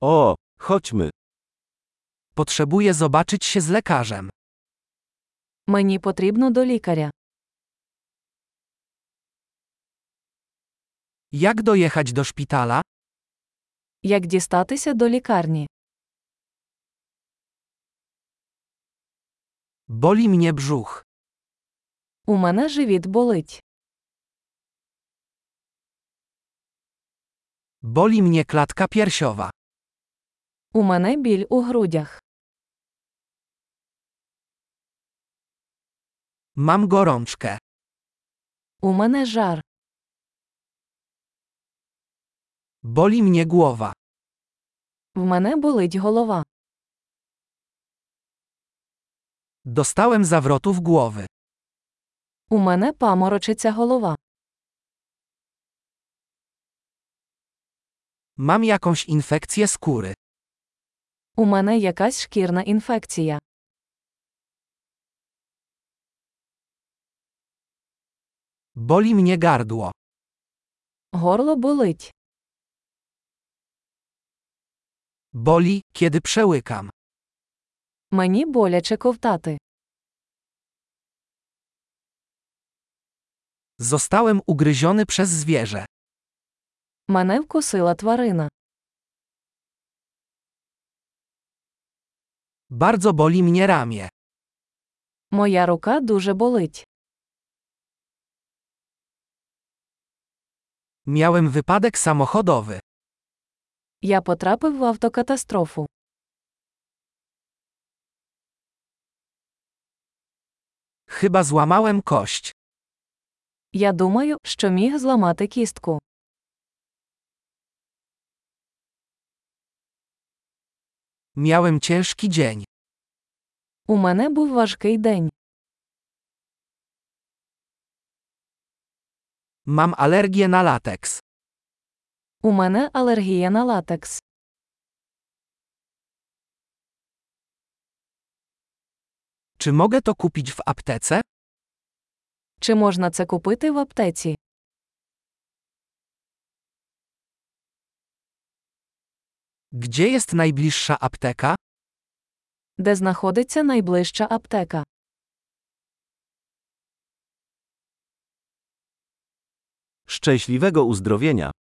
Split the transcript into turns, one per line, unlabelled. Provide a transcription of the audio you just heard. O, chodźmy.
Potrzebuję zobaczyć się z lekarzem.
Мені потрібно до лікаря.
Jak dojechać do szpitala?
Як дістатися до лікарні?
Boli mnie brzuch.
У мене живіт болить.
Boli mnie klatka piersiowa.
У мене біль у грудях.
Mam gorączkę.
У мене жар.
Boli mnie głowa.
В мене болить голова.
Dostałem zawrotów głowy.
У мене паморочиться голова.
Mam jakąś infekcję skóry.
У мене якась шкірна інфекція.
Boli mnie gardło.
Горло болить.
Boli, kiedy przełykam.
Мені боляче ковтати.
Zostałem ugryziony przez zwierzę.
Мене вкусила тварина.
Bardzo boli mnie ramię.
Моя рука дуже болить.
Miałem wypadek samochodowy.
Я потрапив в автокатастрофу.
Chyba złamałem kość.
Я думаю, що міг зламати кістку.
Miałem ciężki dzień.
У мене був важкий день.
Mam alergię na lateks.
У мене алергія на латекс.
Czy mogę to kupić w aptece?
Чи можна це купити в аптеці?
Gdzie jest najbliższa apteka?
Де знаходиться найближча аптека?
Szczęśliwego uzdrowienia.